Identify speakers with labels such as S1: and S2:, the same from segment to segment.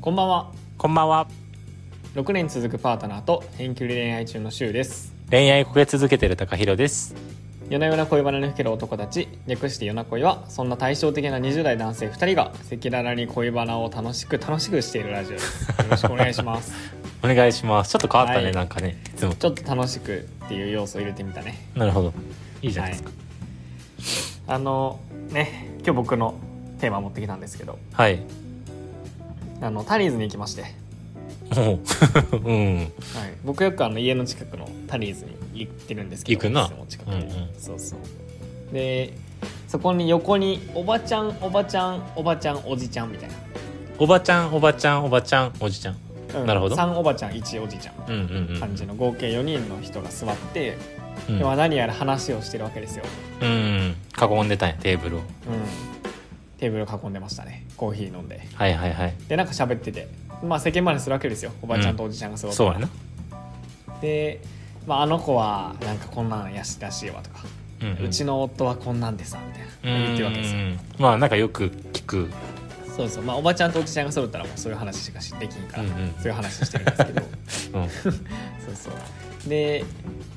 S1: こんばんは
S2: こんばんは。
S1: 6年続くパートナーと遠距離恋愛中のシュウです
S2: 恋愛こけ続けてる高弘です。
S1: 夜な夜な恋バナにふける男たち略して夜な恋はそんな対照的な20代男性2人が赤裸々に恋バナを楽しく楽しくしているラジオですよろしくお願いします
S2: お願いします。ちょっと変わったね、
S1: はい
S2: なんかね。いつも
S1: ちょっと楽しくっていう要素を入れてみたね
S2: なるほど。いいじゃないですか。
S1: あのね今日僕のテーマ持ってきたんですけど
S2: はい。
S1: あのタリーズに行きまして、は
S2: もう うん。
S1: い、僕よくあの家の近くのタリーズに行ってるんですけど
S2: 行くな
S1: オフィスの近くに
S2: うんうん
S1: そうそうでそこに横におばちゃんおばちゃんおばちゃんおじちゃんみたい
S2: おばちゃん、おばちゃん、おばちゃん、おじちゃん。
S1: な、うん
S2: なるほど
S1: 3おばちゃん1おじちゃん
S2: うんうんうん。
S1: 感じの合計4人の人が座って、
S2: うん。
S1: でまあ何やら話をしてるわけですよ、
S2: うんうん。囲んでたんや、テーブルを。
S1: うん、テーブル囲んでましたねコーヒー飲んで
S2: はいはいはい。
S1: でなんか喋っててまあ世間話するわけですよおばちゃんとおじちゃんが座って、
S2: そうやな。
S1: で、まあ、あの子はなんかこんなんやしらしいわとか、
S2: う
S1: うち
S2: の
S1: の夫はこんなんでさみたいな言ってるわけですよ、
S2: まあなんかよく聞く。
S1: そうそうまあおばちゃんとおじちゃんが揃ったらもうそういう話しかしできんから、
S2: うんうん
S1: そういう話してるんです けど
S2: うん。
S1: そうそうで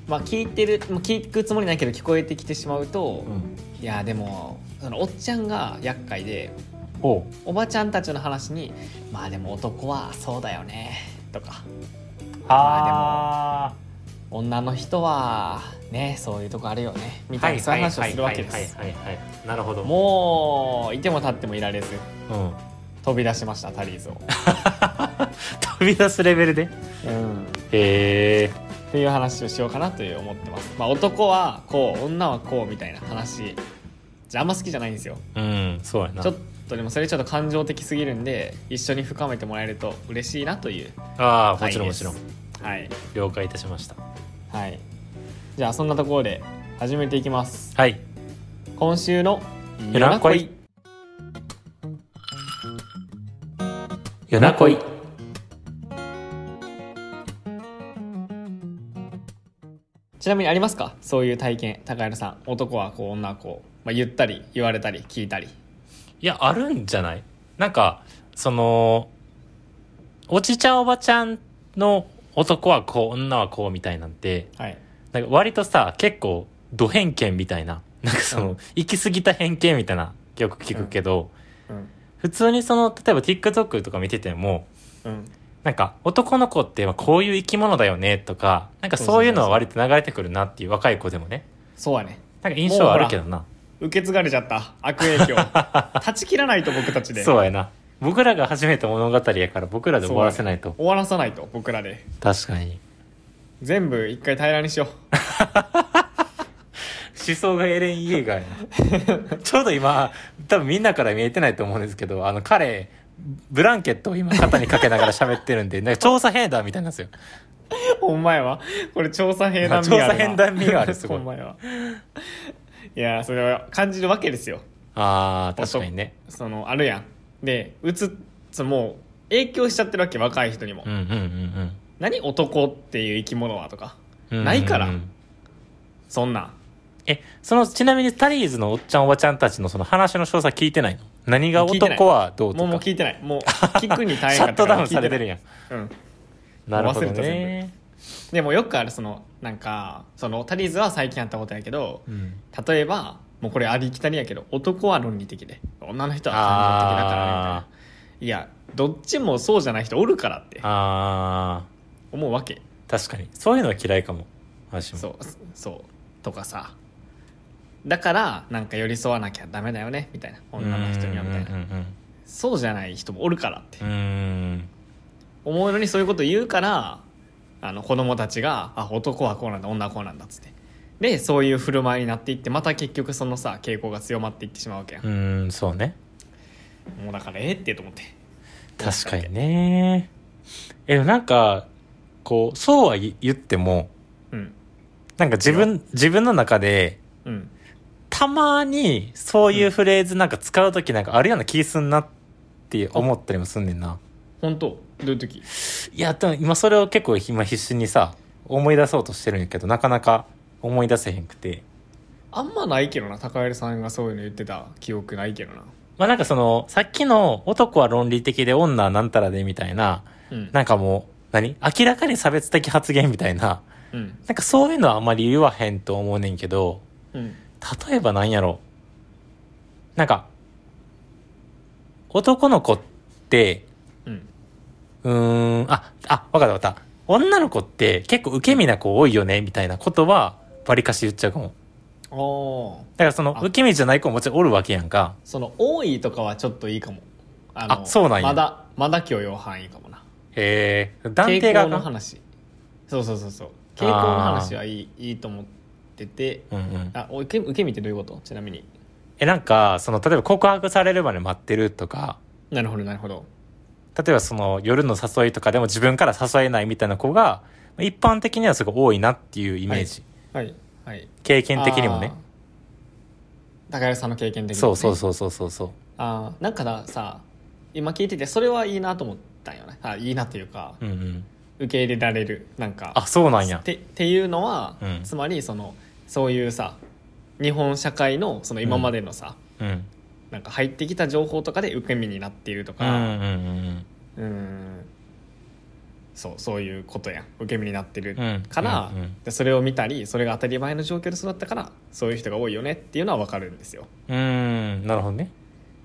S1: まあ聞いてるもう聞くつもりないけど聞こえてきてしまうと、いやでもそのおっちゃんが厄介で
S2: おう
S1: おばちゃんたちの話に「まあでも男はそうだよね」とか
S2: あ
S1: 「女の人はねそういうとこあるよね」み
S2: ー
S1: た
S2: はいい
S1: なそういう話をするわけで
S2: はい
S1: す
S2: はいはいはい。なるほど。
S1: もういても立ってもいられず
S2: うん。
S1: 飛び出しましたタリーズを、
S2: 飛び出すレベルで。
S1: うん、
S2: へえ。
S1: っていう話をしようかなという思ってますまあ男はこう女はこうみたいな話じゃあんま好きじゃないんですよ
S2: うん、そうやな。
S1: ちょっとでもそれちょっと感情的すぎるんで一緒に深めてもらえると嬉しいなという
S2: ああも
S1: 回
S2: ち
S1: です
S2: ろんもちろん
S1: はい
S2: 了解いたしました
S1: はいじゃあそんなところで始めていきます
S2: はい
S1: 今週の
S2: 夜な恋夜な恋
S1: ちなみにありますかそういう体験高原さん男はこう女はこう、まあ、言ったり言われたり聞いたり
S2: いやあるんじゃないなんかそのおじちゃんおばちゃんの男はこう女はこうみたいなんて
S1: はい
S2: なんか割とさ結構ド偏見みたいななんかその、
S1: うん
S2: 行き過ぎた偏見みたいなよく聞くけど、
S1: うん
S2: 普通にその例えば TikTok とか見てても
S1: うん
S2: なんか男の子ってこういう生き物だよねとかなんかそういうのは割と流れてくるなっていう若い子でもね
S1: そうやね
S2: なんか印象はあるけどな
S1: 受け継がれちゃった悪影 響断ち切らないと僕たちで
S2: そうやな僕らが始めた物語やから僕らで終わらせないと
S1: 終わらさないと僕らで
S2: 確かに
S1: 全部一回平らにしよう
S2: 思想がエレン・イエーガーや ちょうど今多分みんなから見えてないと思うんですけどあの彼ブランケットを今肩にかけながら喋ってるんでなんか調査兵団みたいなんですよ
S1: お前はこれ調査兵団ミ
S2: 調査兵団ミアルすご い
S1: お前はいやそれは感じるわけですよ
S2: あー確かにね
S1: そのあるやんでうつつもう影響しちゃってるわけ若い人にも、
S2: うんうんうん
S1: 何男っていう生き物はとか
S2: うん
S1: ないから
S2: うんうんうん
S1: そんなん
S2: えそのちなみにタリーズのおっちゃんおばちゃんたちのその話の詳細聞いてないの何が
S1: 聞いてない
S2: 男はどうと
S1: も
S2: か
S1: うもう聞いてない もう聞くに大
S2: シ
S1: 変
S2: ャ
S1: だ
S2: ットダウンされてるやん
S1: ん、うん、
S2: なるほど
S1: 忘れた全
S2: ね
S1: でもよくあるそのなんかそのタリーズは最近あったことやけど
S2: うん
S1: 例えばもうこれありきたりやけど男は論理的で女の人は感情的だからねみたい
S2: あ
S1: な。いやどっちもそうじゃない人おるからって
S2: あ
S1: 思うわけ
S2: ー確かにそういうのは嫌いかも私も
S1: そうそうとかさだからなんか寄り添わなきゃダメだよねみたいな女の人にはみたい
S2: うん
S1: なそうじゃない人もおるからって
S2: うんうんうん
S1: 思うのにそういうこと言うからあの子供たちがあ男はこうなんだ女はこうなんだっつってでそういう振る舞いになっていってまた結局そのさ傾向が強まっていってしまうわけやん
S2: う、んうんそうね
S1: もうだからええってと思って
S2: 確かにねえなんかこうそうは言っても
S1: うん
S2: なんか自分自分の中で
S1: うん
S2: たまにそういうフレーズなんか使う時なんかあるような気すんなって思ったりもすんねんな
S1: 本当どういう時
S2: いやでも今それを結構今必死にさ思い出そうとしてるんやけどなかなか思い出せへんくて
S1: あんまないけどな高橋さんがそういうの言ってた記憶ないけどな
S2: まあなんかその、さっきの男は論理的で女はなんたらでみたいな、
S1: うん
S2: なんかもう、何明らかに差別的発言みたいな、
S1: うん
S2: なんかそういうのはあんまり言わへんと思うねんけど、
S1: うん
S2: 例えばなんやろなんか、男の子って、
S1: うん
S2: うーん、あ、あ、わかったわかった。女の子って結構受け身な子多いよね、みたいなことは、バリかし言っちゃうかも。
S1: おー
S2: だからその
S1: あ
S2: 受け身じゃない子ももちろんおるわけやんか。
S1: その多いとかはちょっといいかもあの
S2: あそうなんや
S1: まだまだ許容範囲かもな
S2: へえ、断定
S1: 傾
S2: が
S1: 向の話そうそうそうそう傾向の話はいいいいと思ってて
S2: うんうん。
S1: あお受け受け身ってどういうことちなみに
S2: え、なんか、その、例えば告白されるまで待ってるとか、
S1: なるほどなるほど
S2: 例えばその夜の誘いとかでも自分から誘えないみたいな子が、一般的にはすごい多いなっていうイメージ。
S1: はいはい
S2: 経験的にもね。
S1: あー高橋さんの経験的にもね、
S2: そうそうそうそうそうそう。
S1: あーなんかださ今聞いててそれはいいなと思ったんよねあいいなというか、
S2: うんうん。
S1: 受け入れられるなんか
S2: あ、そうなんや
S1: っ。てっていうのは、
S2: うん
S1: つまりそのそういうさ日本社会のその今までのさ、
S2: うん。うん
S1: なんか入ってきた情報とかで受け身になっていると
S2: うん
S1: か、
S2: うん
S1: うーんそうそういうことやん受け身になってる
S2: うん。うん。
S1: から、
S2: うんうん
S1: でそれを見たりそれが当たり前の状況で育ったからそういう人が多いよねっていうのは分かるんですよ
S2: うーん、なるほどね。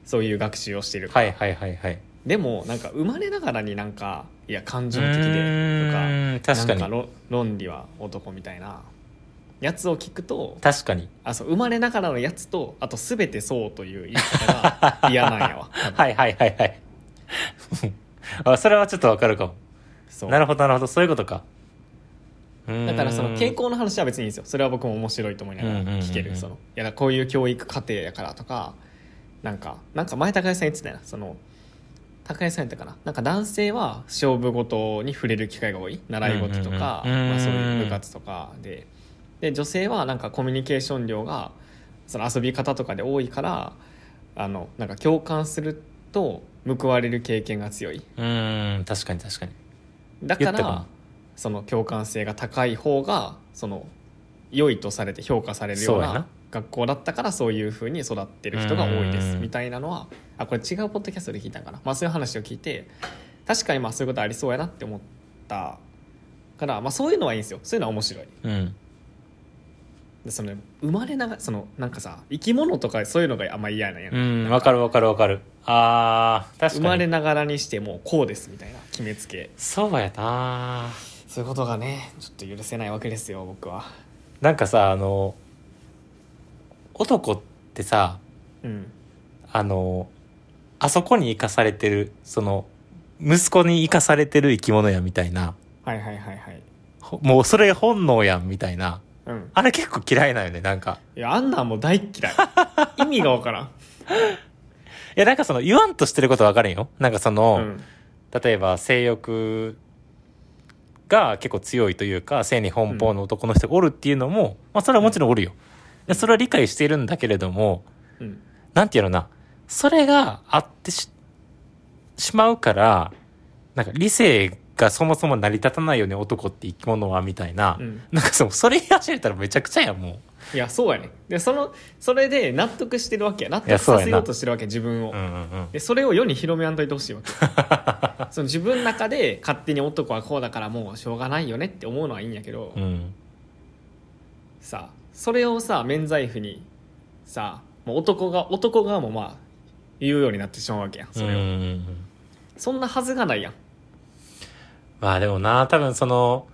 S1: そういう学習をしているから、
S2: はいはいはいはい。
S1: でもなんか生まれながらになんかいや感情
S2: う
S1: 的でとか
S2: ーん確か
S1: なんか
S2: に。
S1: ろ論理は男みたいなやつを聞くと
S2: 確かに。
S1: あそう生まれながらのやつとあと全てそうという言い方が嫌なんやわ
S2: はいはいは いはい。あ、それはちょっとわかるかも。
S1: そう
S2: なるほどなるほどそういうことかうーん
S1: だからその傾向の話は別にいいんですよそれは僕も面白いと思いながら
S2: うんうんうんうん
S1: 聞けるそのいやだからこういう教育過程やからとかなんかなんか前高橋さん言ってたよなその高橋さんやったかななんか男性は勝負事に触れる機会が多い習い事とか、
S2: うんうんうん
S1: まあ、そういう部活とかでで女性はなんかコミュニケーション量がその遊び方とかで多いからあのなんか共感すると報われる経験が強いう
S2: ーん確かに確かに
S1: だか
S2: 言ったかな
S1: らその共感性が高い方がその良いとされて評価されるよ
S2: そううや
S1: な
S2: な
S1: 学校だったからそういうふうに育ってる人が多いで
S2: うんうん
S1: す
S2: うん
S1: みたいなのはあこれ違うポッドキャストで聞いたんかな、まあ、そういう話を聞いて確かにまあそういうことありそうやなって思ったから、まあ、そういうのはいいんですよそういうのは面白い
S2: うん
S1: でその生まれながそのなんかさ生き物とかそういうのがあんま嫌なんや、
S2: うんわかるわかるわかるあー確
S1: 生
S2: かに
S1: まれながらにしてもうこうですみたいな決めつけ
S2: そうやな
S1: そういうことがねちょっと許せないわけですよ僕は
S2: なんかさあの男ってさ
S1: うん
S2: あのあそこに生かされてるその息子に生かされてる生き物やみたいな
S1: はいはいはいはい
S2: ほもうそれ本能やんみたいな
S1: うん
S2: あれ結構嫌いなんよねなんか
S1: いや、あんなんもう大っ 嫌い。意味がわからん。
S2: いやなんかその言わんとしてることはわかるんよなんかその、
S1: うん。
S2: 例えば性欲が結構強いというか性に奔放の男の人がおるっていうのも、まあ、それはもちろんおるよでそれは理解しているんだけれども
S1: うん。
S2: なんていうのかなそれがあってししまうからなんか理性がそもそも成り立たないよね男って生き物はみたいな、
S1: うん
S2: なんかそのそれ言い始めたらめちゃくちゃやんも
S1: いや、そうやね。で、その、それで納得してるわけや。納
S2: いや
S1: 得
S2: そ
S1: さ
S2: うやな
S1: せようとしてるわけ、自分を。
S2: う、うんうんうん、
S1: で、それを世に広めやんといてほしい わけ。その自分の中で勝手に男はこうだからもうしょうがないよねって思うのはいいんやけど、
S2: うん
S1: さ、それをさ、免罪符に、さ、もう男が、男側もまあ、言うようになってしまうわけやん。それを。
S2: うんうんうん
S1: そんなはずがないやん。
S2: まあでもな、多分その、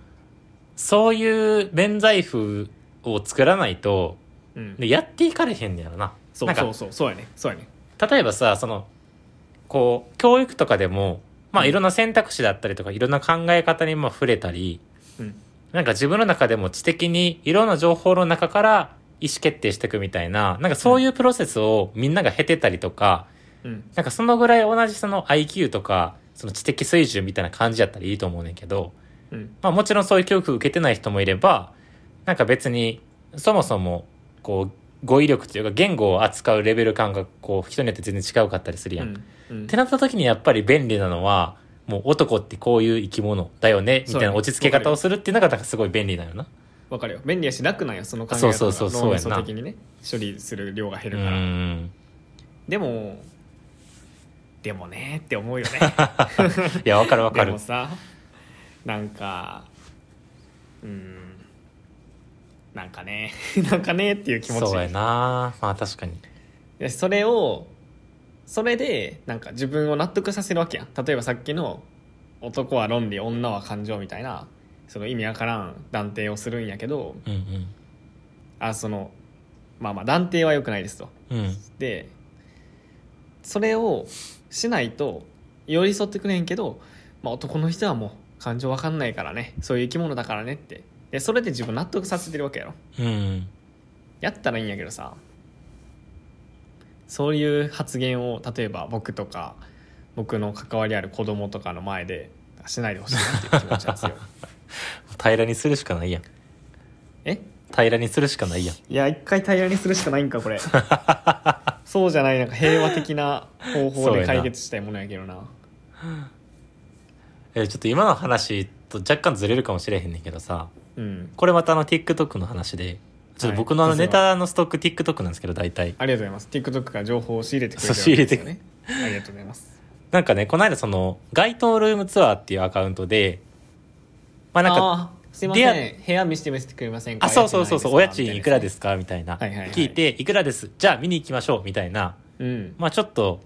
S2: そういう免罪符を作らないと、
S1: うん。
S2: でやっていかれへんねやろな。
S1: そう
S2: なんか
S1: そうそう、そうやね。そうやね。
S2: 例えばさ、その、こう、教育とかでも、まあいろんな選択肢だったりとか、いろんな考え方にも触れたり、
S1: うん。
S2: なんか自分の中でも知的にいろんな情報の中から意思決定していくみたいな、なんかそういうプロセスをみんなが経てたりとか、
S1: うん。
S2: なんかそのぐらい同じその IQ とか、その知的水準みたいな感じやったらいいと思うねんけど、
S1: うん。
S2: まあ、もちろんそういう教育を受けてない人もいればなんか別にそもそもこう語彙力というか言語を扱うレベル感がこう人によって全然違うかったりする
S1: う
S2: やん。っ
S1: ん。うん
S2: てなった時にやっぱり便利なのはもう男ってこういう生き物だよねみたい
S1: そう
S2: な
S1: ね
S2: 落ち着け方をするっていうのがなんかすごい便利なのよな。
S1: わかるよ便利やし楽なんよその考え
S2: そう
S1: 方
S2: そう
S1: が
S2: そう
S1: 脳み
S2: そ
S1: そう
S2: やな
S1: 的にね処理する量が減
S2: う
S1: るから
S2: ん
S1: でもでもねって思うよ ね
S2: いやわかるわか
S1: で
S2: る
S1: もさなんかうんなんかね なんかねっていう気持ち
S2: そうやなまあ確かに
S1: でそれをそれでなんか自分を納得させるわけやん例えばさっきの「男は論理女は感情」みたいなその意味わからん断定をするんやけど
S2: うん
S1: あそのまあまあ断定は良くないですと。
S2: うんうん
S1: でそれをしないと寄り添ってくれへんけど、まあ、男の人はもう感情わかんないからねそういう生き物だからねってでそれで自分納得させてるわけやろ
S2: うん
S1: やったらいいんやけどさそういう発言を例えば僕とか僕の関わりある子供とかの前でしないでほしいなっていう気持ちなんですよ
S2: 平らにするしかないやん
S1: え
S2: 平らにするしかないやん
S1: いや一回平らにするしかないんかこ れそうじゃないなんか平和的な方法
S2: そう
S1: で
S2: やな
S1: 解決したいものやけどな
S2: えーちょっと今の話と若干ずれるかもしれへんねんけどさ
S1: うん
S2: これまたあの TikTok の話でちょっと僕のあの
S1: はい
S2: ネタのストック TikTok なんですけど大体
S1: ありがとうございます。TikTok から情報を仕入れてくれて
S2: そう 仕入れて
S1: るわけですよね。ありがとうございます。
S2: なんかねこの間その街頭ルームツアーっていうアカウントでまあ なんか
S1: あーすいま
S2: 出
S1: せ
S2: 会
S1: ん。部屋見せて見せてくれませんか
S2: あそうそうそうそうお家賃いくらですすかみたいな
S1: はいはいはい
S2: 聞いて「いくらですじゃあ見に行きましょう」みたいな
S1: かうん。
S2: まあちょっと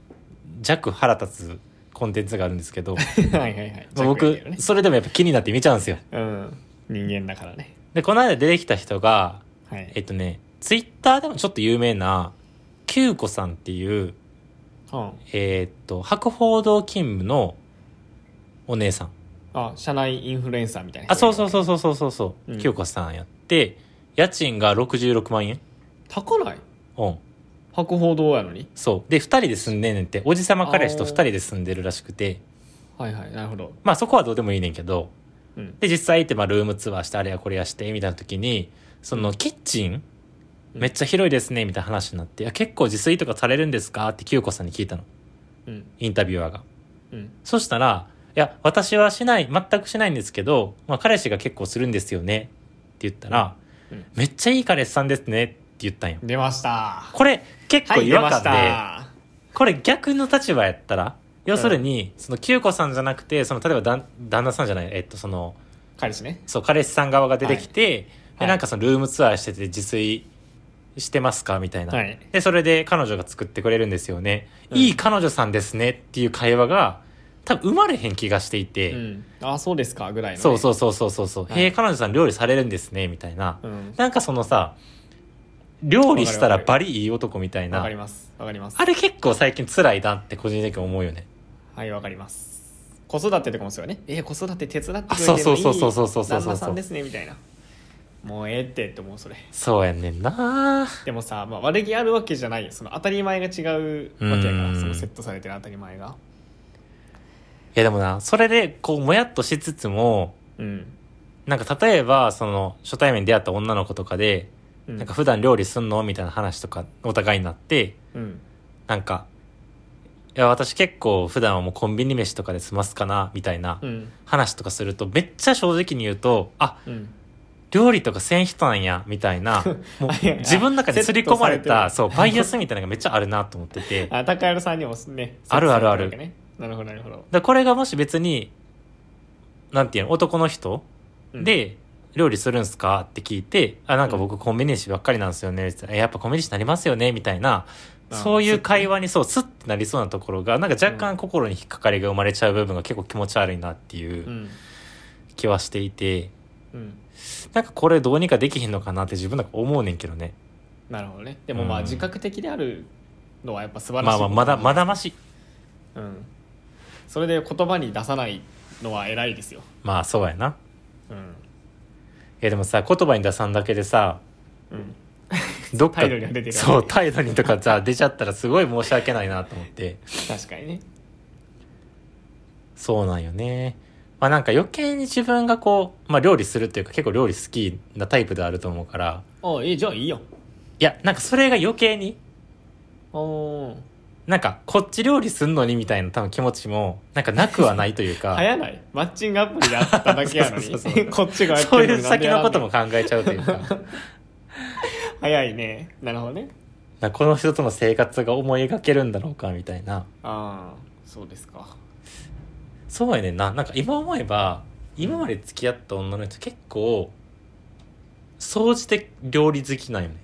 S2: 弱腹立つコンテンツがあるんです けど
S1: はいはいはい。
S2: まあ
S1: 着衣
S2: 僕
S1: だよね
S2: それでもやっぱ気になって見ちゃうんですよ
S1: うん。人間だからね。
S2: でこの間出てきた人が
S1: はい。
S2: えっとねツイッターでもちょっと有名なキューコさんっていう
S1: うん、
S2: えーっと博報堂勤務のお姉さん
S1: あ、社内インフルエンサーみたいな。
S2: あそうそう
S1: う。
S2: そうそうそうそうそう
S1: うん
S2: 清子さんやって家賃が66万円
S1: 高ない
S2: うん
S1: 博報堂やのに。
S2: そうで2人で住んでんねんっておじさま彼氏と2人で住んでるらしくて
S1: はいはい。なるほど。
S2: まあそこはどうでもいいねんけど
S1: うん。
S2: で実際行ってまあルームツアーしてあれやこれやしてみたいな時にそのキッチ
S1: う
S2: ン
S1: ん
S2: めっちゃ広いですねみたいな話になっていや結構自炊とかされるんですかって清子さんに聞いたの
S1: うん。
S2: インタビュアーが
S1: うん。
S2: そしたら、いや、私はしない、全くしないんですけど、まあ、彼氏が結構するんですよね。って言ったら、
S1: うん
S2: めっちゃいい彼氏さんですね。って言ったんよ。
S1: 出ました。
S2: これ、結
S1: は
S2: 構
S1: い、
S2: 違
S1: 出
S2: 和
S1: まし
S2: 感で、
S1: た。
S2: これ逆の立場やったら、要するに、その、清子さんじゃなくて、その、例えばだん、旦那さんじゃない、えっと、その、
S1: 彼氏ね。
S2: そう、彼氏さん側が出てきて、
S1: は
S2: で、
S1: い
S2: なんかその、ルームツアーしてて、自炊してますかみたいな。
S1: はい。
S2: で、それで彼女が作ってくれるんですよね。
S1: うん
S2: いい彼女さんですね。っていう会話が、多分生まれへん気がしていて、
S1: うん。あ、そうですかぐらいの、ね。。
S2: そうそううそうそうそうそう、
S1: はい
S2: へえ彼女さん料理されるんですねみたいな、
S1: うん。
S2: なんかそのさ料理したら
S1: わか
S2: バリいい男みたい
S1: わ
S2: な
S1: かります。わかります。
S2: あれ結構最近辛いなって個人的に思うよね
S1: はい、わかります。子育てとかもそうよね。えー、子育て手伝ってくれて
S2: あ
S1: る
S2: そう
S1: いい
S2: そうそうそうそうそうそうそう
S1: 旦那さんですね、みたいな。もうええってって思う、それ。
S2: そうやねんな
S1: でもさ、まあ、悪気あるわけじゃないよ。その当たり前が違うわけやか
S2: う
S1: ら、
S2: ん
S1: そのセットされてる当たり前が。
S2: いやでもなそれでこうもやっとしつつも
S1: うん。
S2: なんか例えばその初対面に出会った女の子とかで、
S1: うん
S2: なんか普段料理すんのみたいな話とかお互いになって
S1: うん。
S2: なんかいや私結構普段はもうコンビニ飯とかで済ますかなみたいな
S1: うん。
S2: 話とかするとめっちゃ正直に言うとあ
S1: うん。
S2: 料理とかせん人なんやみた いなもう
S1: いやいや
S2: 自分の中に刷り込まれた
S1: セ
S2: そうバイアスみたいなのがめっちゃあるなと思っ てて
S1: あ、高原さんにもね、
S2: あるあるある
S1: セットされてわけねなるほど、なるほど。
S2: だこれがもし別になんていうの男の人
S1: うん、
S2: で料理するんすかって聞いて「あなんか僕コンビニ飯ばっかりなんですよね」えやっぱコンビニ飯になりますよね」みたいな
S1: あ。
S2: そういう会話にそうスッてなりそうなところがなんか若干心に引っかかりが生まれちゃう部分が結構気持ち悪いなっていううん気はしていて
S1: うん。
S2: なんかこれどうにかできひんのかなって自分なんか思うねんけどね。
S1: なるほどね。でもまあ、
S2: うん
S1: 自覚的であるのはやっぱ素晴らしい。
S2: まあまあまだまだまし
S1: うん、それで言葉に出さないのは偉いですよ、
S2: まあそうやな
S1: うん
S2: いやでもさ言葉に出さんだけでさ
S1: うん、
S2: どっか
S1: 態度には出てる
S2: そう態度にとかさ出 ちゃったらすごい申し訳ないなと思って
S1: 確かにね
S2: そうなんよねまあなんか余計に自分がこう、まあ、料理するっていうか結構料理好きなタイプであると思うから
S1: ああいいじゃあいいよ
S2: いやなんかそれが余計に
S1: お
S2: なんかこっち料理すんのにみたいな多分気持ちもなんかなくはないというか
S1: 早ないマッチングアプリで会っただけやの
S2: そう
S1: に
S2: そうそう
S1: こっちがやって
S2: そう
S1: る
S2: い
S1: の
S2: う
S1: になんで
S2: 先
S1: やら
S2: の
S1: ん
S2: ことも考えちゃうというか
S1: 早いねなるほどね
S2: なんかこの人との生活が思い描けるんだろうかみたいな
S1: ああそうですか
S2: そうやねんななんか今思えば今まで付き合った女の人結構総じて料理好きなんよね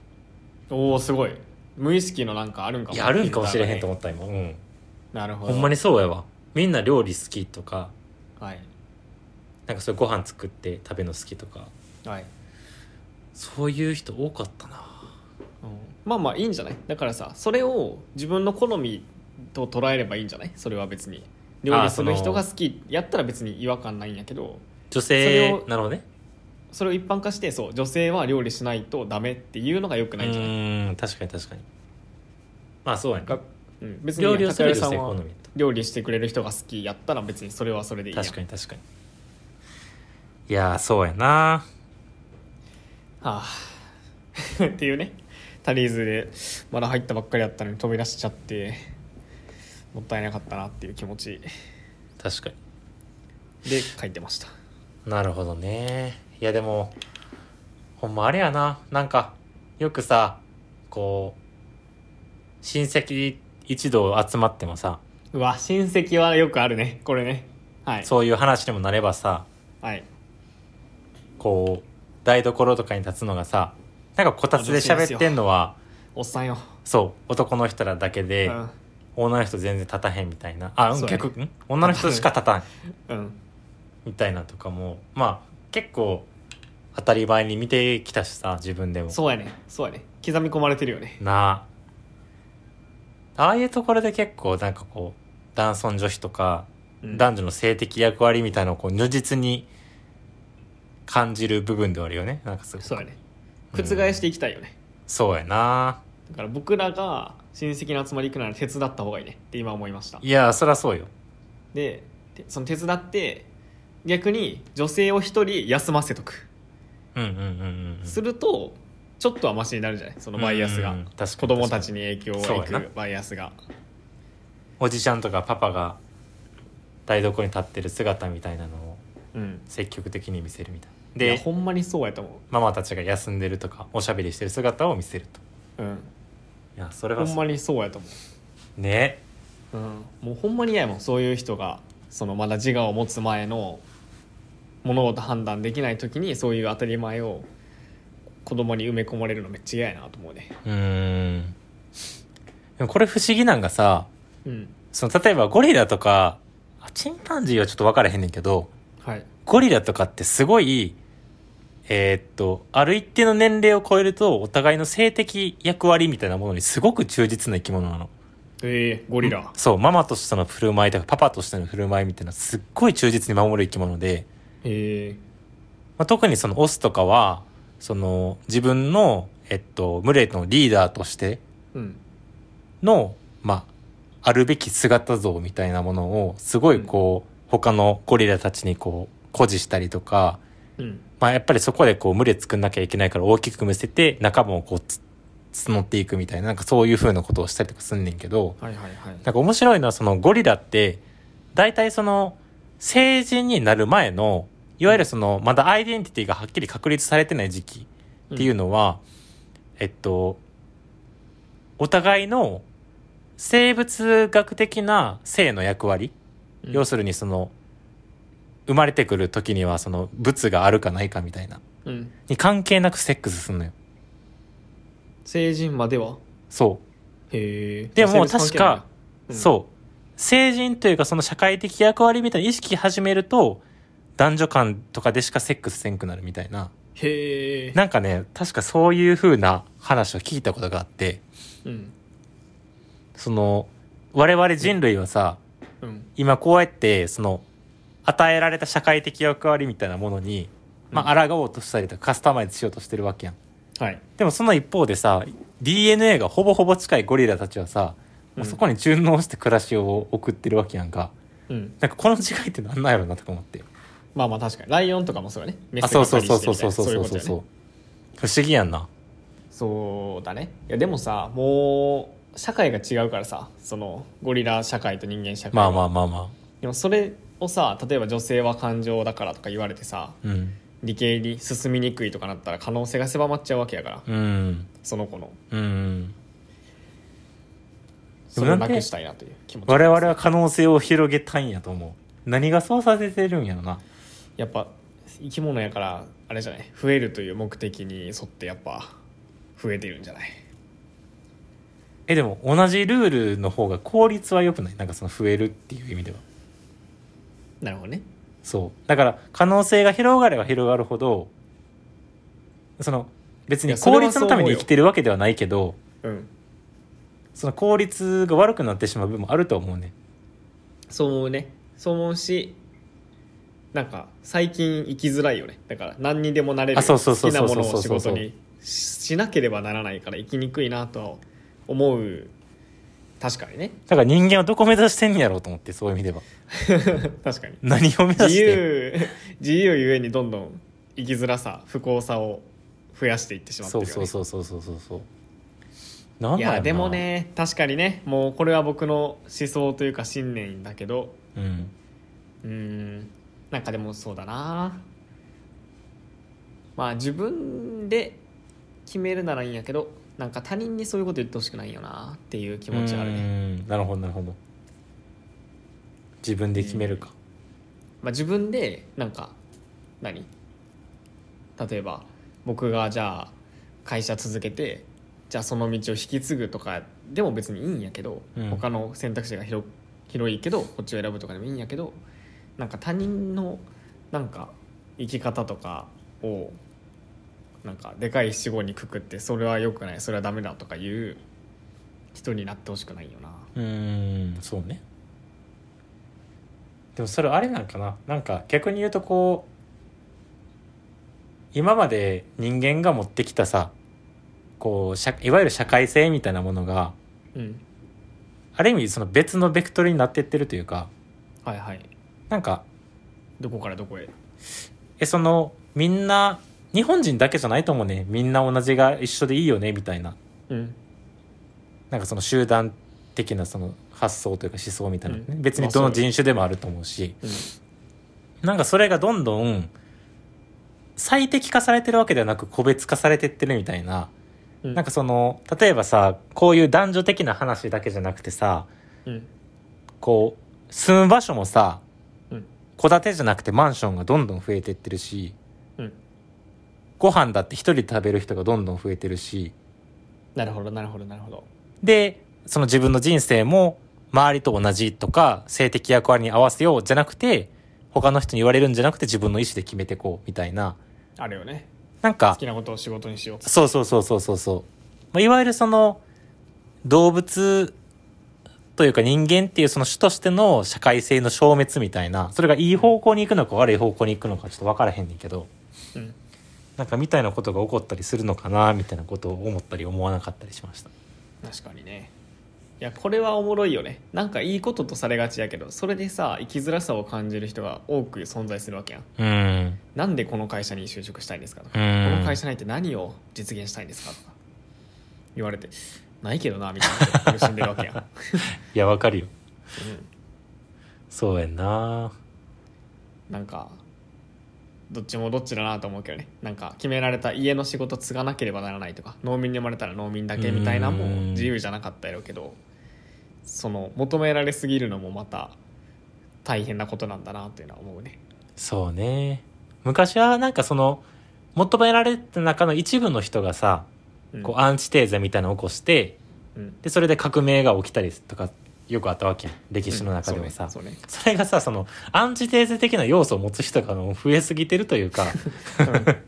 S1: おおすごい無意識のなんかあるんかも
S2: いやあるんかもしれへんと
S1: 思
S2: 思った今、うん、
S1: なるほど
S2: ほんまにそうやわみんな料理好きとか
S1: はい
S2: なんかそういうご飯作って食べるの好きとか
S1: はい、うん、
S2: そういう人多かったな
S1: まあまあいいんじゃないだからさそれを自分の好みと捉えればいいんじゃないそれは別に料理する人が好きやったら別に違和感ないんやけどそ
S2: 女性
S1: れを
S2: なるほどね
S1: それを一般化してそう女性は料理しないとダメっていうのがよく
S2: う
S1: ないんじゃない
S2: ーん確かに確かにまあそうやね
S1: が、うん、別に
S2: 料理をする
S1: 高
S2: 女
S1: 橋さん
S2: 性
S1: は
S2: 好みと
S1: 料理してくれる人が好きやったら別にそれはそれでいいやん
S2: 確かに確かにいやーそうやな
S1: はあ っていうねタリーズでまだ入ったばっかりだったのに飛び出しちゃってもったいなかったなっていう気持ち
S2: 確かに
S1: で書いてました
S2: なるほどねいやでもほんまあれやななんかよくさこう親戚一同集まってもさ、
S1: うわ親戚はよくあるねこれねはい
S2: そういう話にもなればさ
S1: はい
S2: こう台所とかに立つのがさなんかこたつで喋ってんのは
S1: おっさんよ、
S2: そう男の人らだけで、女の人全然立たへんみたいなあうん
S1: そうやね
S2: 逆ん女の人しか立たん
S1: うんうん
S2: みたいなとかもまあ結構当たり前に見てきたしさ自分でも
S1: そうやねそうやね刻み込まれてるよね
S2: なあああいうところで結構なんかこう男尊女卑とか、
S1: うん
S2: 男女の性的役割みたいなのをこう如実に感じる部分ではあるよねなんかすごく
S1: そうやね
S2: う
S1: 覆
S2: ん
S1: していきたいよね、
S2: そうやな
S1: だから僕らが親戚の集まり行くなら手伝った方がいいねって今思いました
S2: いやそりゃそうよ
S1: でてその手伝って逆に女性を一人休ませとく
S2: うんうんうんうん
S1: するとちょっとはマシになるじゃないそのバイアスが
S2: うんうん確かに
S1: 子供たちに影響をい
S2: そうやな
S1: くバイアスが
S2: おじちゃんとかパパが台所に立ってる姿みたいなのを
S1: うん
S2: 積極的に見せるみたいない
S1: や
S2: で
S1: ほんまにそうやと思
S2: ママたちが休んでるとかおしゃべりしてる姿を見せると
S1: ううん
S2: いやそれ
S1: ほ
S2: は
S1: ん
S2: そ
S1: ま
S2: う
S1: にそうやと思
S2: ね
S1: う、うん、もうほんまに嫌やもんそういう人がそのまだ自我を持つ前の物事判断できない時にそういう当たり前を子供に埋め込まれるのめっちゃ嫌やなと思うね
S2: うーんでもこれ不思議なんがさ
S1: うん
S2: その例えばゴリラとかあチンパンジーはちょっと分からへんねんけど
S1: はい
S2: ゴリラとかってすごいえーっとある一定の年齢を超えるとお互いの性的役割みたいなものにすごく忠実な生き物なの
S1: えー、ゴリラ
S2: そうママとしての振る舞いとかパパとしての振る舞いみたいなすっごい忠実に守る生き物で、
S1: え
S2: まあ、特にそのオスとかはその自分の、えっと、群れのリーダーとして
S1: ー、うん
S2: の、まあ、あるべき姿像みたいなものをすごいこう、他のゴリラたちにこう誇示したりとか、
S1: うん
S2: まあ、やっぱりそこでこう群れ作んなきゃいけないから大きく見せて仲間をこうつ募っていくみたいななんかそういう風なことをしたりとかすんねんけど
S1: はいはいはい
S2: なんか面白いのはそのゴリラって大体その成人になる前のいわゆるそのまだアイデンティティがはっきり確立されてない時期っていうのは、えっと、お互いの生物学的な性の役割、
S1: うん
S2: 要するにその、生まれてくる時にはその物があるかないかみたいな、
S1: うん
S2: に関係なくセックスすんのよ。
S1: 成人までは
S2: そ
S1: へえ
S2: でも確かう。そう。成人というかその社会的役割みたいな意識始めると、男女間とかでしかセックスせんくなるみたいな。
S1: へえ
S2: なんかね、確かそういう風な話を聞いたことがあって、
S1: うん
S2: その、我々人類はさ、
S1: うん
S2: 今こうやってその与えられた社会的役割みたいなものに、まあ抗おうとしたりとかカスタマイズしようとしてるわけやん
S1: はい
S2: でもその一方でさ DNA がほぼほぼ近いゴリラたちはさ、もうそこに順応して暮らしを送ってるわけやんか
S1: うん
S2: なんかこの違いってなんなんやろなとか思って
S1: まあまあ確かにライオンとかもそうよねメ
S2: あ
S1: スが
S2: そう
S1: 狩
S2: そう
S1: り
S2: そう
S1: して
S2: そう
S1: みたい
S2: そう
S1: な
S2: そう
S1: いことよね
S2: そうそう不思議やんな
S1: そうだねいやでもさもう社会が違うからさそのゴリラ社会と人間社会
S2: まあま
S1: あ
S2: あまあま
S1: でもそれをさ例えば女性は感情だからとか言われてさ
S2: あうん
S1: 理系に進みにくいとかなったら可能性が狭まっちゃうわけやから
S2: うん
S1: その子の
S2: うん
S1: それをなくしたいなという気持ち
S2: 我々は可能性を広げたいんやと思う何がそうさせてるんやろな
S1: やっぱ生き物やからあれじゃない増えるという目的に沿ってやっぱ増えてるんじゃない
S2: えでも同じルールの方が効率は良くないなんかその増えるっていう意味では
S1: なるほどね
S2: そうだから可能性が広がれば広がるほどその別
S1: い
S2: に
S1: やそれ
S2: 効
S1: は
S2: 率のために
S1: そう思うよ
S2: 生きてるわけではないけど
S1: うん
S2: その効率が悪くなってしまう部分もあると思うね
S1: そう思うねそう思うしなんか最近生きづらいよねだから何にでもなれる
S2: あそうそう
S1: 好
S2: そう
S1: き
S2: そ
S1: な
S2: う
S1: も
S2: そ
S1: の
S2: うそう
S1: を仕事
S2: そうそう
S1: にししなければならないから生きにくいなとは思う確かにね
S2: だから人間はどこ目指してんやろうと思ってそういう意味では
S1: 確かに
S2: 何を目指
S1: 自
S2: して
S1: 由自由ゆえにどんどん生きづらさ不幸さを増やしていってしまって
S2: そ
S1: る
S2: う
S1: よ、ね、
S2: そうそうそうそうそうそうな
S1: い
S2: んなんろ
S1: や
S2: な
S1: でもね確かにねもうこれは僕の思想というか信念だけど
S2: うん
S1: うーんなんかでもそうだなまあ自分で決めるならいいんやけどなんか他人にそういうこと言ってほしくないよなっていう気持ちはある
S2: う
S1: ね、
S2: んなるほどなるほど自分で決めるか
S1: まあ、自分でなんか何例えば僕がじゃあ会社続けてじゃあその道を引き継ぐとかでも別にいいんやけど、
S2: うん
S1: 他の選択肢が広広いけどこっちを選ぶとかでもいいんやけどなんか他人のなんか生き方とかをなんかでかい死後にくくってそれは良くないそれはダメだとかいう人になってほしくないよな
S2: うーんそうねでもそれあれなんかななんか逆に言うとこう今まで人間が持ってきたさこう社いわゆる社会性みたいなものが
S1: うん
S2: ある意味その別のベクトルになってってるというか
S1: はいはい
S2: なんか
S1: どこからどこへ
S2: えそのみんな日本人だけじゃないと思うねみんな同じが一緒でいいよねみたいな
S1: うん
S2: なんかその集団的なその発想というか思想みたいな、ね別にどの人種でもあると思うし、
S1: うん
S2: なんかそれがどんどん最適化されてるわけではなく個別化されてってるみたいな、
S1: うん
S2: なんかその例えばさこういう男女的な話だけじゃなくてさ
S1: うん
S2: こう住む場所もさ
S1: うん
S2: 戸建てじゃなくてマンションがどんどん増えてってるし
S1: うん
S2: ご飯だって一人で食べる人がどんどん増えてるし
S1: なるほどなるほどなるほど
S2: でその自分の人生も周りと同じとか性的役割に合わせようじゃなくて他の人に言われるんじゃなくて自分の意思で決めてこうみたいな
S1: あるよね
S2: なんか
S1: 好きなことを仕事にしよ
S2: そうそうそうそうそうそうまあ。いわゆるその動物というか人間っていうその種としての社会性の消滅みたいな、それがいい方向に行くのか悪い方向に行くのかちょっと分からへんねんけど、
S1: う、うん、
S2: なんかみたいなことが起こったりするのかなみたいなことを思ったり思わなかったりしました。
S1: 確かにねいやこれはおもろいよねなんかいいこととされがちやけどそれでさ生きづらさを感じる人が多く存在するわけやん
S2: うん。
S1: なんでこの会社に就職したいんですかとか、
S2: うん
S1: この会社に入って何を実現したいんですかとか言われてないけどなみたいな人苦しんでるわけやん、うん
S2: いや、わかるよ。そうやんな
S1: なんかどっちもどっちだなと思うけどねなんか決められた家の仕事継がなければならないとか農民に生まれたら農民だけみたいなのも
S2: うん
S1: 自由じゃなかったやろうけどその求められすぎるのもまた大変なことなんだなっていうのは思うね
S2: そうね昔はなんかその、求められた中の一部の人がさ、
S1: うん
S2: こうアンチテーゼみたいなのを起こして、
S1: うん
S2: でそれで革命が起きたりとかよくあったわけやん歴史の中でもさ、
S1: うんそ
S2: そ
S1: うね
S2: れがさそのアンチテーゼ的な要素を持つ人があの増えすぎてるというか
S1: そうね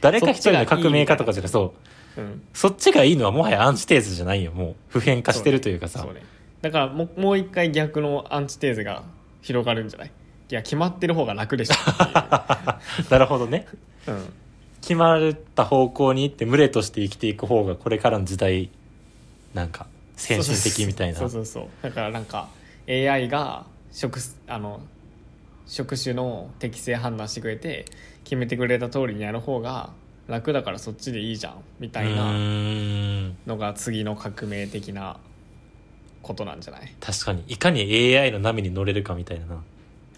S2: 誰か一人
S1: そ
S2: の
S1: っちがいい
S2: 革命家とかじゃないそう
S1: うん うん
S2: そっちがいいのはもはやアンチテーゼじゃないよもう普遍化してるというかさ
S1: そうねだからもうもう一回逆のアンチテーゼが広がるんじゃないいや決まってる方が楽でしょって
S2: なるほどね
S1: いう、うん
S2: 決まった方向に行って群れとして生きていく方がこれからの時代なんか先進的みたいな
S1: そうそうそうだからなんか AI が職あの職種の適性判断してくれて決めてくれた通りにやる方が楽だからそっちでいいじゃんみたいうな
S2: ーん
S1: のが次の革命的なことなんじゃない
S2: 確かにいかに AI の波に乗れるかみたいなな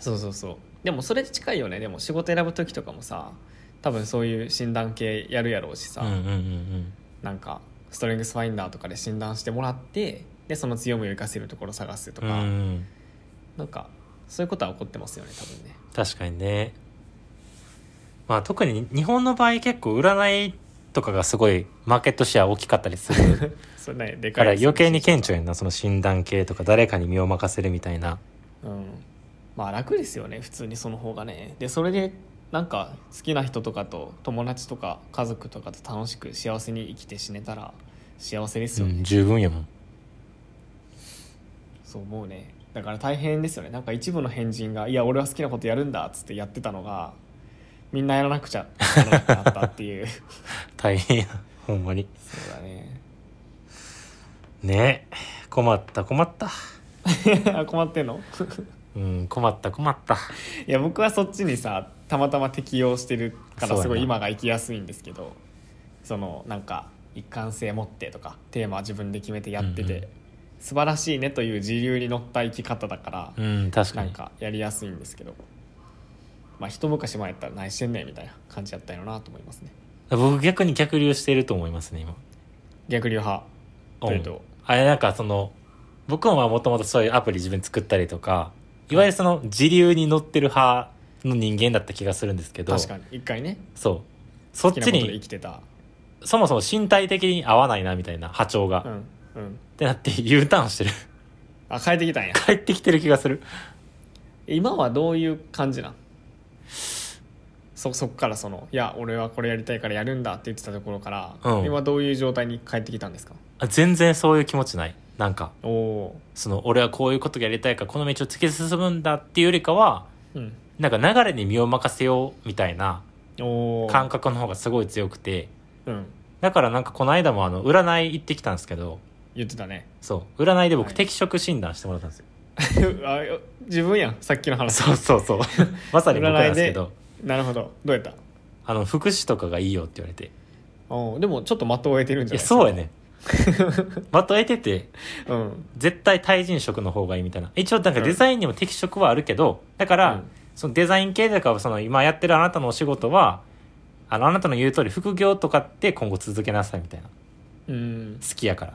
S1: そうそうそうでもそれ近いよねでも仕事選ぶ時とかもさ多分そういう診断系やるやろうしさ、
S2: うんうんうんうん
S1: なんかストレングスファインダーとかで診断してもらってでその強みを生かせるところを探すと
S2: う
S1: か、
S2: ん
S1: なんかそういうことは起こってますよね多分ね
S2: 確かにねまあ特に日本の場合結構占いとかがすごいマーケットシェア大きかったり する
S1: それねで
S2: か
S1: からいですよ
S2: 余
S1: ね
S2: 計に顕著やんなその診断系とか誰かに身を任せるみたいな
S1: うんまあ楽ですよね普通にその方がねでそれでなんか好きな人とかと友達とか家族とかと楽しく幸せに生きて死ねたら幸せです
S2: う
S1: よね、
S2: ん十分やもん
S1: そう思うねだから大変ですよねなんか一部の変人が「いや俺は好きなことやるんだ」っつってやってたのがみんなやらなくちゃならなくなったって いう
S2: 大変やほんまに
S1: そうだね
S2: ね困った困った
S1: 困ってんの
S2: うん困った困った
S1: いや僕はそっちにさたまたま適用してるか
S2: そうや
S1: ら
S2: な
S1: すごい今が生きやすいんですけどそのなんか一貫性持ってとかテーマは自分で決めてやってて、
S2: うんうん
S1: 素晴らしいねという時流に乗った生き方だから、
S2: うん確か
S1: なん
S2: に
S1: かやりやすいんですけどまあ一昔前やったら何してんねんみたいな感じやったんやろなと思いますね
S2: 僕逆に逆流していると思いますね今
S1: 逆流派というと
S2: あれなんかその僕ももともとそういうアプリ自分作ったりとかいわゆるその時流に乗ってる派の人間だった気がするんですけど
S1: 確かに一回ね
S2: そうそ
S1: 好
S2: っ
S1: きなこ
S2: ち
S1: とで生
S2: に
S1: きてた
S2: そもそも身体的に合わないなみたいな波長が、
S1: う
S2: っ
S1: んうん
S2: てなって U ター ンしてる
S1: あ変えてきたんや
S2: 帰ってきてる気がする
S1: 今はどういう感じなんそそっからその「いや俺はこれやりたいからやるんだ」って言ってたところから、
S2: うん
S1: 今どういう状態に帰ってきたんですか
S2: あ全然そういう気持ちないなんか
S1: おお
S2: その俺はこういうことがやりたいからこの道を突き進むんだっていうよりかは
S1: ーうん
S2: なんか流れに身を任せようみたいな
S1: おお
S2: 感覚の方がすごい強くて
S1: うん
S2: だからなんかこの間もあの占い行ってきたんですけど
S1: 言ってたね
S2: そう占いで
S1: は
S2: 僕
S1: い
S2: 適色診断してもらったんですよ、
S1: あ自分やんさっきの話
S2: そうそうそうまさに僕なんですけ
S1: 占
S2: ど
S1: なるほどどうやった
S2: あの福祉とかがいいよって言われて
S1: おーでもちょっと的を得てるん
S2: い
S1: じゃ
S2: や
S1: ない
S2: そうやねまとえてて
S1: うん
S2: 絶対対人色の方がいいみたいな一応なんかデザインにも適色はあるけどだから、
S1: うん
S2: そのデザイン系とかその今やってるあなたのお仕事はあのあなたの言う通り副業とかって今後続けなさいみたいな
S1: うん
S2: 好きやから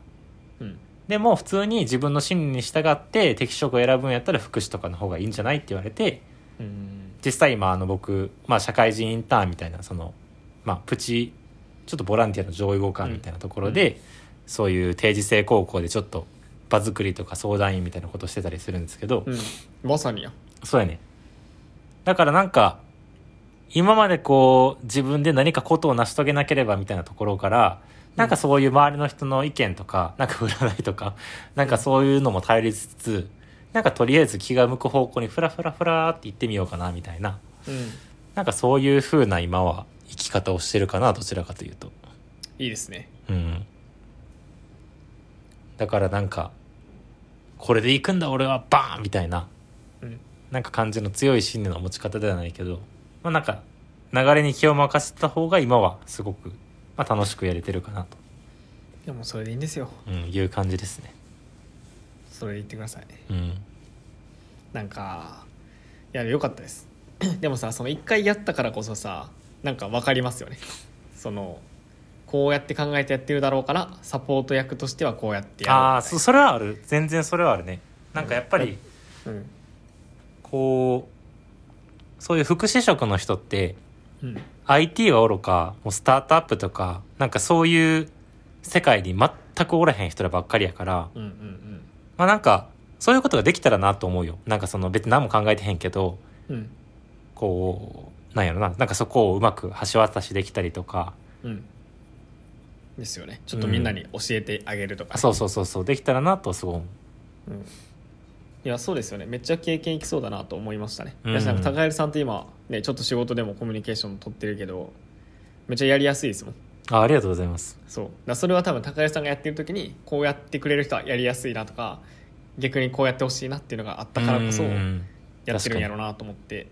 S1: うん
S2: でも普通に自分の心理に従って適職を選ぶんやったら福祉とかの方がいいんじゃないって言われて
S1: うん
S2: 実際今あの僕、まあ、社会人インターンみたいなその、まあ、プチちょっとボランティアの上位互換みたいなところで、そういう定時制高校でちょっと場作りとか相談員みたいなことしてたりするんですけど、
S1: うんまさにや
S2: そうやねだからなんか今までこう自分で何かことを成し遂げなければみたいなところからなんかそういう周りの人の意見とかなんか占いとかなんかそういうのも頼りつつなんかとりあえず気が向く方向にフラフラフラーって行ってみようかなみたいな
S1: うん
S2: なんかそういう風な今は生き方をしてるかなどちらかというと
S1: いいですね
S2: うんだからなんかこれで行くんだ俺はバーンみたいな
S1: うん
S2: なんか感じの強い信念の持ち方ではないけどまあなんか流れに気を任せた方が今はすごく、まあ、楽しくやれてるかなと、
S1: でもそれでいいんですよ
S2: うん、いう感じですね
S1: それで言ってください
S2: うん
S1: なんかいや良かったです でもさその一回やったからこそさなんか分かりますよねそのこうやって考えてやってるだろうからサポート役としてはこうやってやる
S2: ああそそれはある全然それはあるねなんかやっぱり
S1: うん
S2: こうそういう福祉職の人って
S1: うん
S2: IT はおろかもうスタートアップとかなんかそういう世界に全くおらへん人らばっかりやから
S1: うんうん
S2: まあなんかそういうことができたらなと思うよなんかその別に何も考えてへんけど
S1: うんうん
S2: こうなんやろななんかそこをうまく橋渡しできたりとか
S1: うんですよねちょっとみんなに教えてあげるとか、
S2: あそうそうそうそうできたらなとすごい思
S1: うんいやそうですよねめっちゃ経験いきそうだなと思いましたね、
S2: うん
S1: いやなんか高橋さんって今ねちょっと仕事でもコミュニケーション取ってるけどめっちゃやりやすいですもん
S2: うあありがとうございます
S1: そうだからそれは多分高橋さんがやってる時にこうやってくれる人はやりやすいなとか逆にこうやってほしいなっていうのがあったからこそ
S2: うん
S1: やってるんやろうなと思って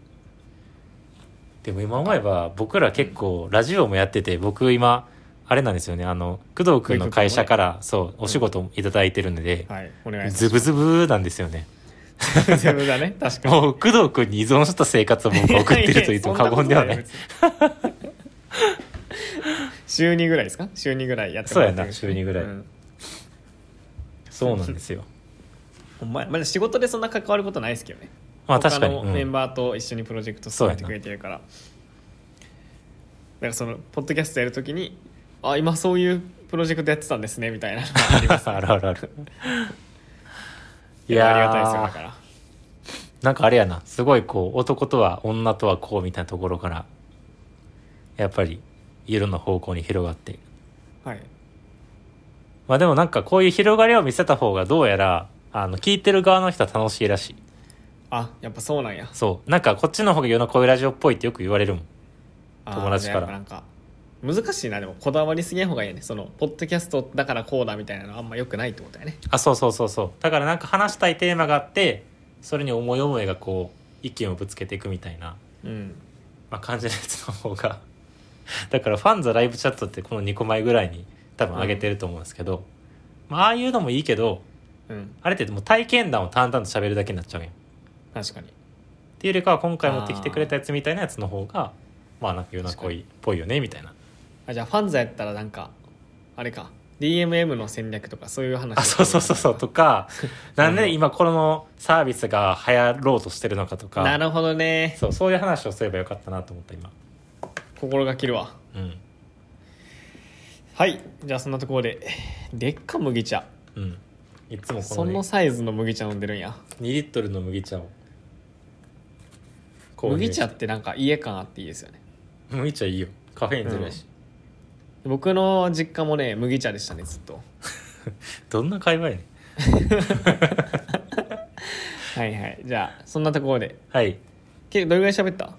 S2: でも今思えば僕ら結構ラジオもやってて僕今あれなんですよねあの工藤君の会社からそうお仕事いただいてるので、
S1: はいお願いし
S2: ズブズブなんですよね
S1: ます全部だね確かに
S2: もう工藤君に依存した生活を僕は送ってると言っても過言ではない
S1: ややそんなことないよ別に週2ぐらいですか週2ぐらいやって
S2: そうや
S1: ってる
S2: な週二ぐらい
S1: ん
S2: そうなんですよ
S1: ほんまやまだ仕事でそんな関わることないですけどね
S2: まあ確かに、
S1: 他
S2: う
S1: のメン
S2: ん、
S1: バーと一緒にプロジェクト進めてくれてるから、なんかそのポッドキャストやるときにあ今そういうプロジェクトやってたんですねみ たいなあります
S2: あるあるあるい
S1: いや
S2: や
S1: あり
S2: ー
S1: がたいですよだから
S2: なんかあれやなすごいこう男とは女とはこうみたいなところからやっぱりいろんな方向に広がって
S1: はい
S2: まあでもなんかこういう広がりを見せた方がどうやらあの聞いてる側の人は楽しいらしい
S1: あやっぱそうなんや
S2: そうなんかこっちの方が世の恋ラジオっぽいってよく言われるもん
S1: あー
S2: 友達から
S1: じゃあやっぱなんか難しいなでもこだわりすぎない方がいいねそのポッドキャストだからこうだみたいなのあんま良くないってことやね
S2: あそうそうそうそうだからなんか話したいテーマがあってそれに思い思いがこう意見をぶつけていくみたいな、
S1: うん
S2: まあ、感じのやつの方が だからファンザライブチャットってこの2個前ぐらいに多分上げてると思うんですけど、まあああいうのもいいけど
S1: うん
S2: あれってもう体験談を淡々と喋るだけになっちゃうやんっ
S1: 確かに
S2: ていうよりかは今回持ってきてくれたやつみたいなやつの方がまあなんか世の恋っぽいよねみたいな
S1: あじゃあファンザやったらなんかあれか DMM の戦略とかそういう話
S2: あそうそうそうそう とかなんで今このサービスが流行ろうとしてるのかとか
S1: なるほどね
S2: そうそういう話をすればよかったなと思った今
S1: 心がけるわ
S2: うん
S1: はいじゃあそんなところででっか麦茶
S2: うんいつもこ
S1: そ
S2: の,、ね、
S1: のサイズの麦茶飲んでるんや
S2: 2リットルの麦茶を購入
S1: 麦
S2: して
S1: 茶ってなんか家感あっていいですよね
S2: 麦茶いいよカフェインゼロやし、
S1: 僕の実家もね麦茶でしたねずっと
S2: どんな会話やねん
S1: はいはいじゃあそんなところで
S2: はい
S1: けどれぐらい喋った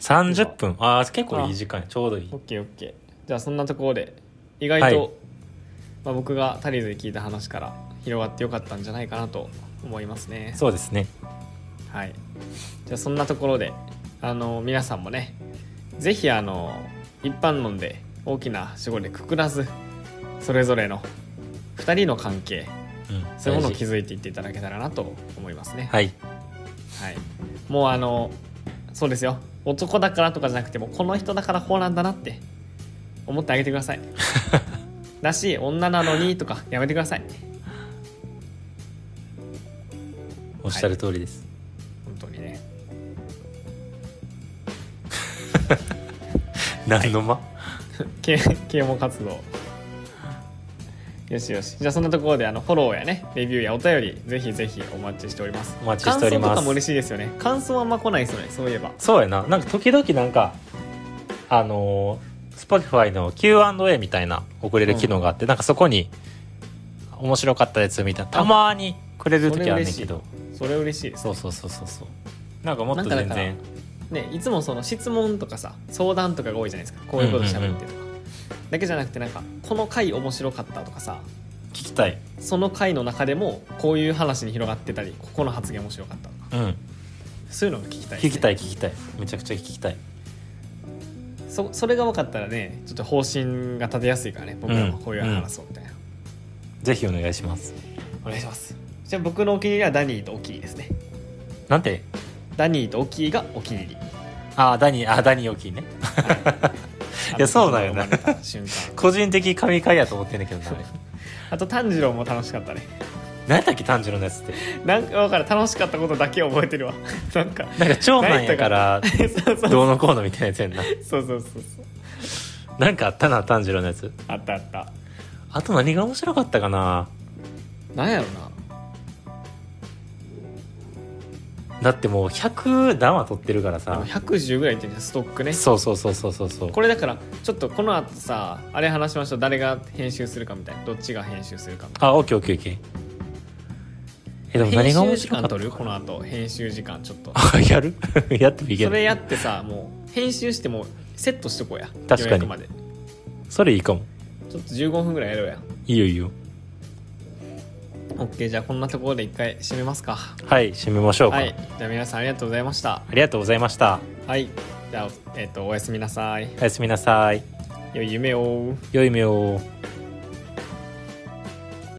S2: 30分ああ結構いい時間やちょうどいい
S1: オッケーオッケーじゃあそんなところで意外と、
S2: はい
S1: まあ、僕が足りずに聞いた話から広がってよかったんじゃないかなと思いますね
S2: そうですね
S1: はいじゃあそんなところであの皆さんもねぜひあの一般論で大きな死語でくくらずそれぞれの2人の関係
S2: うん
S1: そういうものを
S2: 大事
S1: 築いていっていただけたらなと思いますね
S2: はい
S1: はい、もうあのそうですよ男だからとかじゃなくてもこの人だからこうなんだなって思ってあげてくだ さいだし女なのにとかやめてください
S2: おっしゃる通りです、
S1: 本当にね
S2: 何の間
S1: 啓 啓蒙活動よしよしじゃあそんなところであのフォローやねレビューやお便りぜひぜひお待ちしております
S2: お待ちしており
S1: 感
S2: ます
S1: 想とかも嬉しいですよね感想はあんま来ないですよねそういえば
S2: そうやななんか時々なんかあのー Spotify の Q&A みたいな送れる機能があって、なんかそこに面白かったですみたいなたまにくれる時あるんだけど
S1: それ嬉しいです
S2: そうそうそうそうそうなんかもっと
S1: なん
S2: 全
S1: かだ
S2: 然
S1: ね、いつもその質問とかさ相談とかが多いじゃないですかこういうこと喋ってとか、だけじゃなくてなんかこの回面白かったとかさ
S2: 聞きたい
S1: その回の中でもこういう話に広がってたりここの発言面白かったとか
S2: うん
S1: そういうのが聞きたいですね、
S2: 聞きたい聞きたいめちゃくちゃ聞きたい
S1: そそれが分かったらねちょっと方針が立てやすいからね僕らもこういう
S2: うん
S1: 話そうみたいな、
S2: ぜひお願いします
S1: お願いしますじゃあ僕のお気に入りはダニーとオキーですね
S2: なんて
S1: ダニーとオキーがお気に入り
S2: あーダニあーダニ大きいね
S1: あ
S2: い
S1: の
S2: やそうなんやな
S1: 子供が生まれた瞬間
S2: 個人的神回やと思ってんだけど なあれ
S1: あと炭治郎も楽しかったね
S2: 何やったっけ炭治郎のやつって
S1: なんか分からん楽しかったことだけ覚えてるわ なんか
S2: なんか長男やから
S1: そうそうそう
S2: どうのこうのみたいなやつやんな
S1: そうそうそうそう
S2: なんかあったな炭治郎のやつ
S1: あったあった
S2: あと何が面白かったかな
S1: なんやろ
S2: だってもう100段は取ってるから
S1: な
S2: さ
S1: 110ぐらいいってんじゃんストックね
S2: そうそうそうそうそうそう
S1: これだからちょっとこの後さあれ話しましょう誰が編集するかみたいなどっちが編集するかみたい
S2: あオッケーオッケーオッケーえでも
S1: な
S2: 何が面
S1: 編集時
S2: 白かっ
S1: 間
S2: た
S1: 取るこの後編集時間ちょっと
S2: あ やるやってもいいけ
S1: そ
S2: ど
S1: れやってさもう編集してもうセットしとこうや
S2: 確かに
S1: 予約までち
S2: それいいかも
S1: ょっと15分ぐらいやろうや
S2: いいよいいよ
S1: OK じゃあこんなところで一回締めますか
S2: はい締めましょうか、
S1: はいじゃあ皆さんありがとうございました
S2: ありがとうございました
S1: はいじゃあ、えっとおやすみなさい
S2: おやすみなさい
S1: 良い夢を
S2: 良い夢を